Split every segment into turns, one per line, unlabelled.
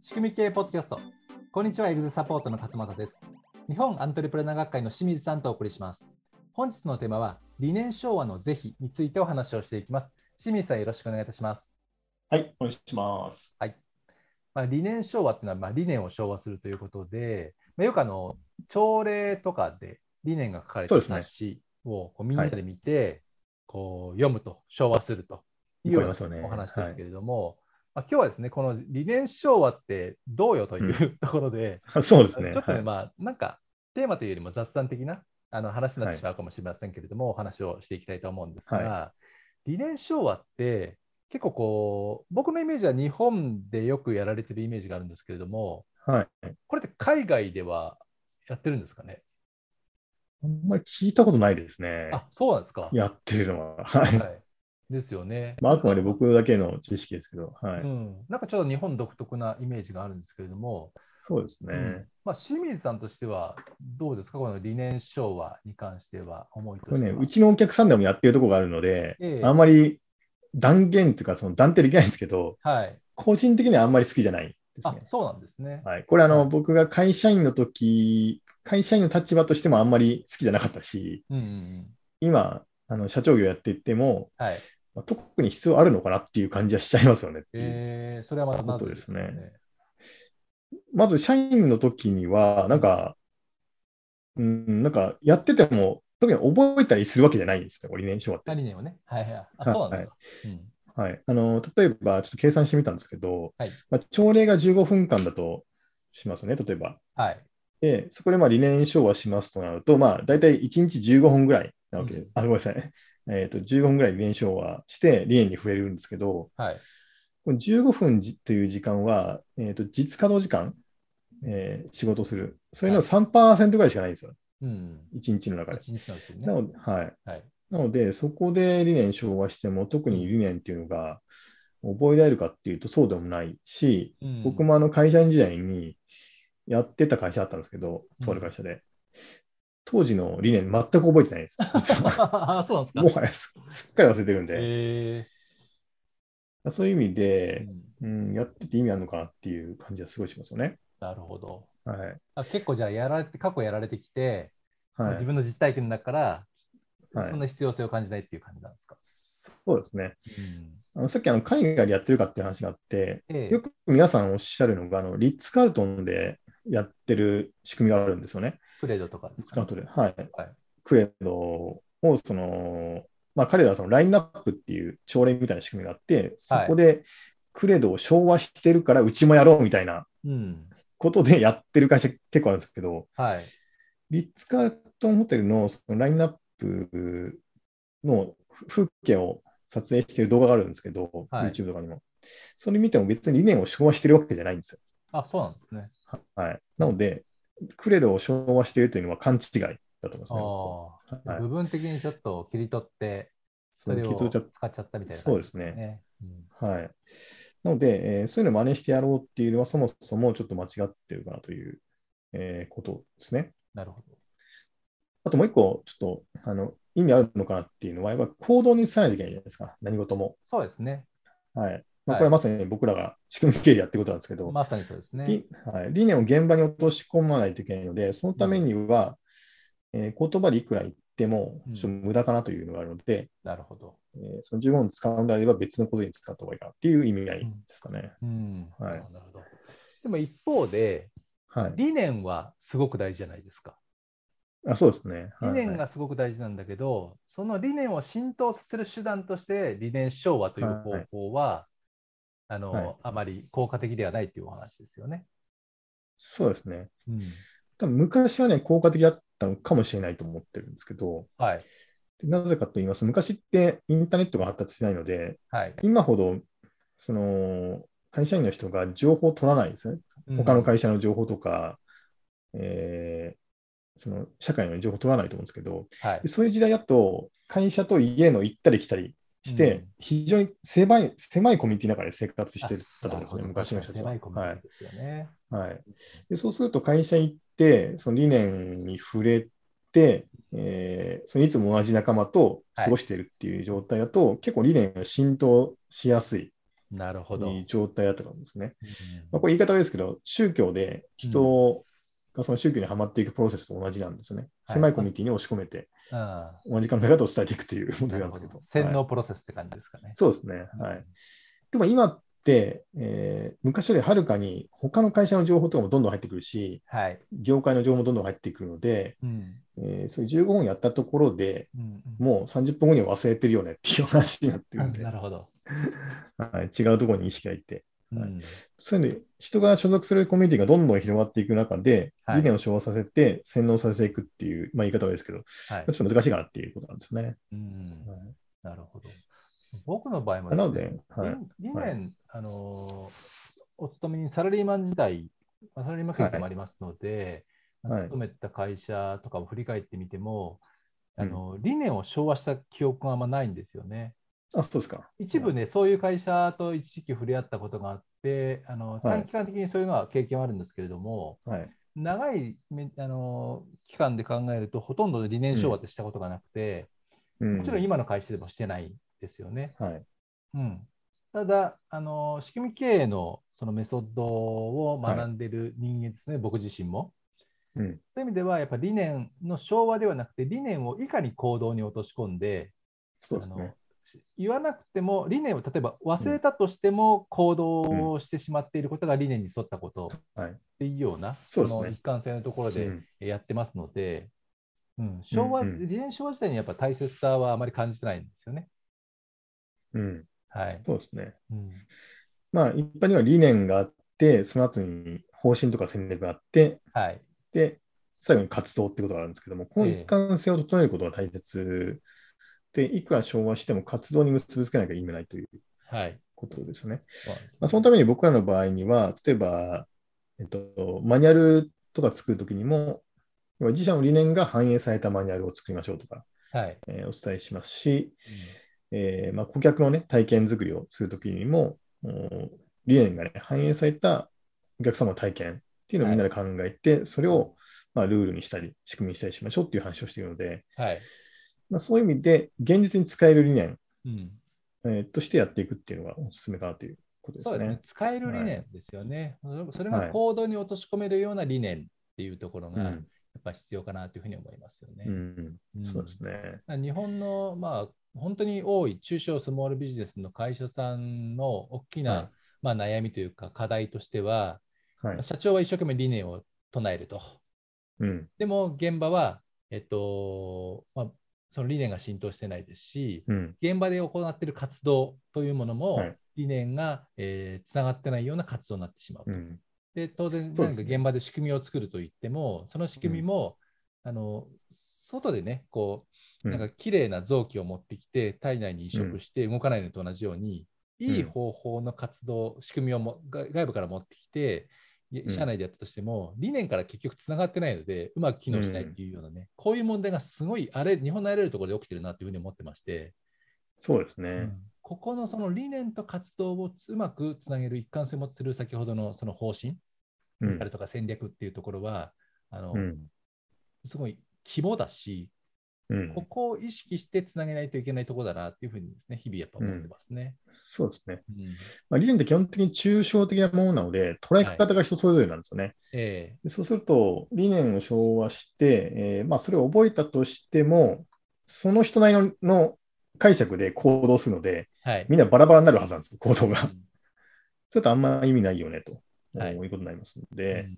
仕組み系ポッドキャストこんにちはエグゼサポートの勝又です日本アントレプレナー学会の清水さんとお送りします本日のテーマは理念昭和の是非についてお話をしていきます清水さんよろしくお願いいたします
はい、お願いします。
まあ、理念昭和っていうのは、まあ、理念を昭和するということで、まあ、よくあの朝礼とかで理念が書かれ
そ
た
うですね
冊子をこうみんなで見て、こう読むと昭和するというよう
わかりますよね
なお話ですけれども、まあ、今日はですねこの理念昭和ってどうよという、
う
ところで、
そうです
ちょっ
ね。
とね、
はい
まあなんかテーマというよりも雑談的なあの話になってしまうかもしれませんけれども、お話をしていきたいと思うんですが、
は
理念昭和って結構こう僕のイメージは日本でよくやられてるイメージがあるんですけれども
はい。
これって海外ではやってるんですかね
あんまり聞いたことないですね。
あそうなんですか。
やってるのは。 はい。
い、ですよね。
まあ、あくまで僕だけの知識ですけど、は
う
い。
ん、なんかちょっと日本独特なイメージがあるんですけれども、
そうですね。
うんまあ、清水さんとしてはどうですか、この理念昭和に関しては、思いと
これ
して
ね、
は。
うちのお客さんでもやってるとこがあるので、
ええ
あんまり断言というか、その断定できないんですけど、
はい、
個人的にはあんまり好きじゃないです
あ
ね。
そうなんですね。
はい。これ、あ
は
の、
い
僕が会社員の時、会社員の立場としてもあんまり好きじゃなかったし、
うんうんうん
今、あの社長業やっていっても、
はい
まあ特に必要あるのかなっていう感じはしちゃいますよねっていう。
えー、それはまたなぜか
ことでまず社員の時には、なんか、うん、なんかやってても、特に覚えたりするわけじゃないんですよ、理念書はって。
何年もね。はいはい。あ、そうなんですか。うん
はい。あの、例えば、ちょっと計算してみたんですけど、
はい
まあ、朝礼が15分間だとしますね、例えば。
はい。
で、そこでまあ理念書はしますとなると、まあ、大体1日15分ぐらいなわけで、
うん
あ、ごめんなさい。 えっ、と、15分ぐらい理念書はして、理念に触れるんですけど、
はい。
この15分じという時間は、えーと実稼働時間、えー仕事する、それの
はい
3%ぐらいしかないんですよ、
うん。
1日の中で。
一日なんですよね。
なので、はい、
はい。
なのでそこで理念昭和しても、特に理念っていうのが覚えられるかっていうと、そうでもないし、
うん
僕もあの会社員時代にやってた会社あったんですけど、
うん
とある会社で、当時の理念、全く覚えてない です、実は。
あそうなんですか。
もはやすすっかり忘れてるんで、
え
そういう意味
ーう
で、
ん
うん、やってて意味あるのかなっていう感じはすごいしますよね。
なるほど。
はい。
あ結構じゃあやられて、過去やられてきて、まあ
はい
自。分の実体験の中から、
はい
そんな必要性を感じないっていう感じなんですか。
そうですね。
うん
あのさっきあの海外でやってるかっていう話があって、
ええ
よく皆さんおっしゃるのが、あのリッツ・カールトンでやってる仕組みがあるんですよね。
クレードとかで
リッ
す
ツ・カ
か
ールトンで。はい。
はい
クレードを、その、まあ、彼らはそのラインナップっていう朝礼みたいな仕組みがあって、そこでクレードを昭和してるから、うちもやろうみたいな
うん。
ことでやってる会社結構あるんですけど、
はい。
リッツ・カールトンホテルのそのラインナップの風景を撮影している動画があるんですけど、
はい
YouTube とかにも。それ見ても別に理念を昭和してるわけじゃないんですよ。
あ、そうなんですね。
はい、なので、クレドを昭和しているというのは勘違いだと思
あ
いますね。
ー
はい
部分的にちょっと切り取って、
そ
それ
れを
を
聞き取っち
使
ゃっ
っちゃったみたいな
そう
感
で
じ
すね。
ね。うん
はい、なので、えーそういうのを真似してやろうっていうのは、そもそもちょっと間違ってるかなという、えーことですね。
なるほど。
あともう一個、ちょっとあの意味あるのかなっていうのは、やっぱ行動に移さないといけないじゃないですか、何事も。
そうですね。
はい。ま
はい
あ、これはまさに僕らが仕組み経理やってることなんですけど、
まさにそうですね
り。はい、理念を現場に落とし込まないといけないので、そのためには、えー言葉でいくら言っても
うん、
ちょっと無駄かなというのがあるので、
なるほど。
えーその15分使うんであれば別のことに使った方がいいかなっていう意味合いですかね。
うん。
はい
なるほど。でも一方で、
はい。
理念はすごく大事じゃないですか。
あそうですね。は
理
い
念がすごく大事なんだけど、その理念を浸透させる手段として、理念昭和という方法は、あの、
はい
あまり効果的ではないというお話ですよね。
そうですね。
うん、
多分昔はね、効果的だったのかもしれないと思ってるんですけど、
はい。
なぜかと言いますと、昔ってインターネットが発達しないので、
はい。
今ほど、その、会社員の人が情報を取らないんですね。他の会社の情報とか、えーその社会の情報取らないと思うんですけど、
社、はい
で、そういう時代だと、会社と家の行ったり来たりして、
うん
非常に狭い狭いコミュニティの中で生活してたと思うんですね、
なるほど
昔の人たちは。
狭いコミュ
は
ニティですよね。
いはいで。そうすると、会社行って、その理念に触れて、えーそのいつも同じ仲間と過ごしているっていう状態だと、結構理念が浸透しやすい
なるほど。
いい状態だったと思うんですね。
うん
まあ、これ言い方悪いですけど、宗教で人がその宗教にはまっていくプロセスと同じなんですよね。
はい
狭いコミュニティに押し込めて、
あ
同じ考え方を伝えていくという
あ
問
な
題な
るほ
んですけ
ど
ど。
洗
はい
脳プロセスって感じですかね。
そうですね。はい。でも今って、えー昔よりはるかに他の会社の情報とかもどんどん入ってくるし、
はい。
業界の情報もどんどん入ってくるので、
うん。
えーそういう15分やったところで
うんうん
もう30分後には忘れてるよねっていう話になってくるんで、
な
は
るほど。
い、違うところに意識がいって、
う
はい
ん
そういうの人が所属するコミュニティがどんどん広がっていく中で、
はい
理念を昭和させて洗脳させていくっていう、まあ、言い方はですけど、
はい
ちょっと難しいかなっていうことなんですね。
うん
は
なるほど。僕の場合も
いなの
すね
で、はい、
以以前、
はい
あのーお勤めにサラリーマン時代、まあサラリーマン経験もありますので、
はい
勤めてた会社とかを振り返ってみても、あのー理念を昭和した記憶があんまないんですよね。
あ、そうですか。
一部ね、そういう会社と一時期触れ合ったことがあって、あのー
はい
短期間的にそういうのは経験はあるんですけれども、
はい。
長いめあのー期間で考えると、ほとんど理念昭和ってしたことがなくて、
うん
もちろん今の会社でもしてないですよね。
はい。
うん、ただあの、仕組み経営のそのメソッドを学んでる人間ですね、僕自身も。
うん。
そういう意味では、やっぱ理念の昭和ではなくて、理念をいかに行動に落とし込んで、
そうです
あの
ね。
言わなくても、理念を例えば忘れたとしても行動をしてしまっていることが理念に沿ったこと
はい
っていうような、
そうですね
の一貫性のところ
う
で
ん
やってますので、うん昭和、
うんうん
理念昭和自体にやっぱ大切さはあまり感じてないんですよね。
うん。
はい。
そうですね。
うん
まあ、一般には理念があって、その後に方針とか戦略があって、
はい。
で、最後に活動ってことがあるんですけども、この一貫性を整えることが大切で、いくら昭和しても活動に結びつけなきゃ意味ないという
はい。
ことですね。
そうなんです
まあ、そのために僕らの場合には、例えば、えっと、マニュアルとか作るときにも、要は自社の理念が反映されたマニュアルを作りましょうとか、
はい。
えーお伝えしますし、えーまあ、顧客の、ね、体験作りをするときにも、うん理念が、ね、反映されたお客様の体験っていうのをみんなで考えて、それを、まあ、ルールにしたり、仕組みにしたりしましょうっていう話をしているので、
はい。
まあ、そういう意味で、現実に使える理念、
うん
えーとしてやっていくっていうのがおすすめかなということです
そうですね
ね。
使える理念ですよね、それそれ
は
が
い
行動に落とし込めるような理念っていうところが
う
や
ん
っぱ必要かなというふうに思いますよね。
うん
うん
そうですね。
だから日本の、まあ、本当に多い中小スモールビジネスの会社さんの大きな、
はい
まあ、悩みというか課題としては、
はい。
社長は一生懸命理念を唱えると。
うん。
でも現場は、えっとまあ、その理念が浸透してないですし、
うん。
現場で行っている活動というものも、
はい
理念が、えー、つながってないような活動になってしまうと。
うん。
で当然、
そう
何
です
か
ね
現場で仕組みを作るといっても、その仕組みも、あの外でね、こう
うん
なんか綺麗な臓器を持ってきて、体内に移植して動かないのと同じように、いい
うん
方法の活動、仕組みをもが外部から持ってきて、い
ん
社内でやったとしても、理念から結局つながってないので、うまく機能しないっていうようなね、こういう問題がすごいあれ、日本のあらゆるところで起きてるなというふうに思ってまして。
そうです
う
ね。
んここのその理念と活動をうまくつなげる一貫性を持つる先ほどのその方針あ
うん
る。とか戦略っていうところは、あの
うん。
すごい肝だし、
うん
ここを意識してつなげないといけないところだなっていうふうにですね日々やっぱ思ってますね。
そうですね。
うん
まあ、理念って基本的に抽象的なものなので、捉え方が人それぞれなんですよね。
え
でそうすると、理念を昭和して、えーまあ、それを覚えたとしても、その人なりのの解釈で行動するので、
えはい。
みんなバラバラになるはずなんですよ、行動
う
が。
ん
それとあんま意味ないよねと、
はい
い、うことになりますの
う
で、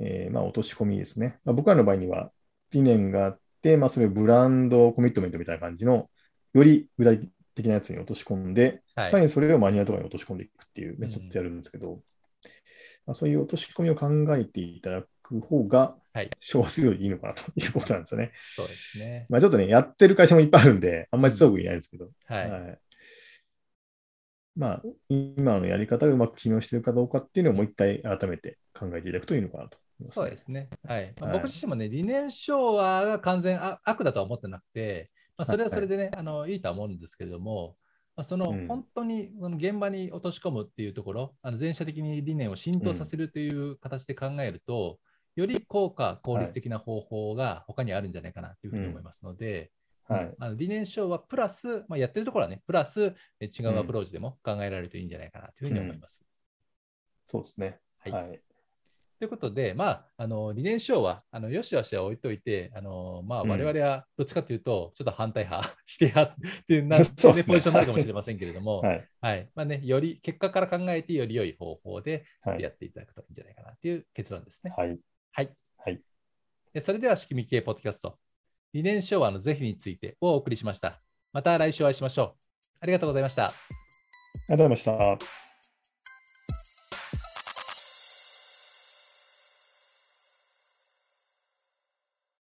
ん
えーまあ、落とし込みですね。まあ、僕らの場合には、理念があって、まあ、それをブランドコミットメントみたいな感じの、より具体的なやつに落とし込んで、
はい
さらにそれをマニュアルとかに落とし込んでいくっていうメソッドやるんですけど、まあ、そういう落とし込みを考えていただく方が
はい、
昭和するよりいいのかなということなんですよね。
そうですね。
まあ、ちょっとね、やってる会社もいっぱいあるんで、あんまり強く言えないんですけど、
はい。
はいまあ、今のやり方がうまく機能しているかどうかっていうのをもう一回改めて考えていただくといいのかなと思います、ね。
そうですね。はい。まあ
はい
僕自身もね、理念昭和が完全あ悪だとは思ってなくて、まあ、それはそれでね、い、あのいいとは思うんですけれども、まあ、その
うん
本当にその現場に落とし込むっていうところ、あの全社的に理念を浸透させるという形で考えると、より効果、効率的な方法が他にあるんじゃないかなというふうに思いますので、
はい。
あの理念書はプラス、まあ、やってるところはね、プラスえ違うアプローチでも考えられるといいんじゃないかなというふうに思います。
そうですね。
はい
はい。
ということで、まあ、あの理念書はあのよしよしは置いといて、あのまあ、
うん
我々はどっちかというと、ちょっと反対派、 否定派っていうな、
そうですね
ポジションになるかもしれませんけれども、はい
はい。
まあね、より結果から考えて、より良い方法で
はい
やっていただくといいんじゃないかなという結論ですね。
はい。
はい。
はい
でそれでは、仕組み系ポッドキャスト、理念昭和の是非についてをお送りしました。また来週お会いしましょう。ありがとうございました。
ありがとうございました。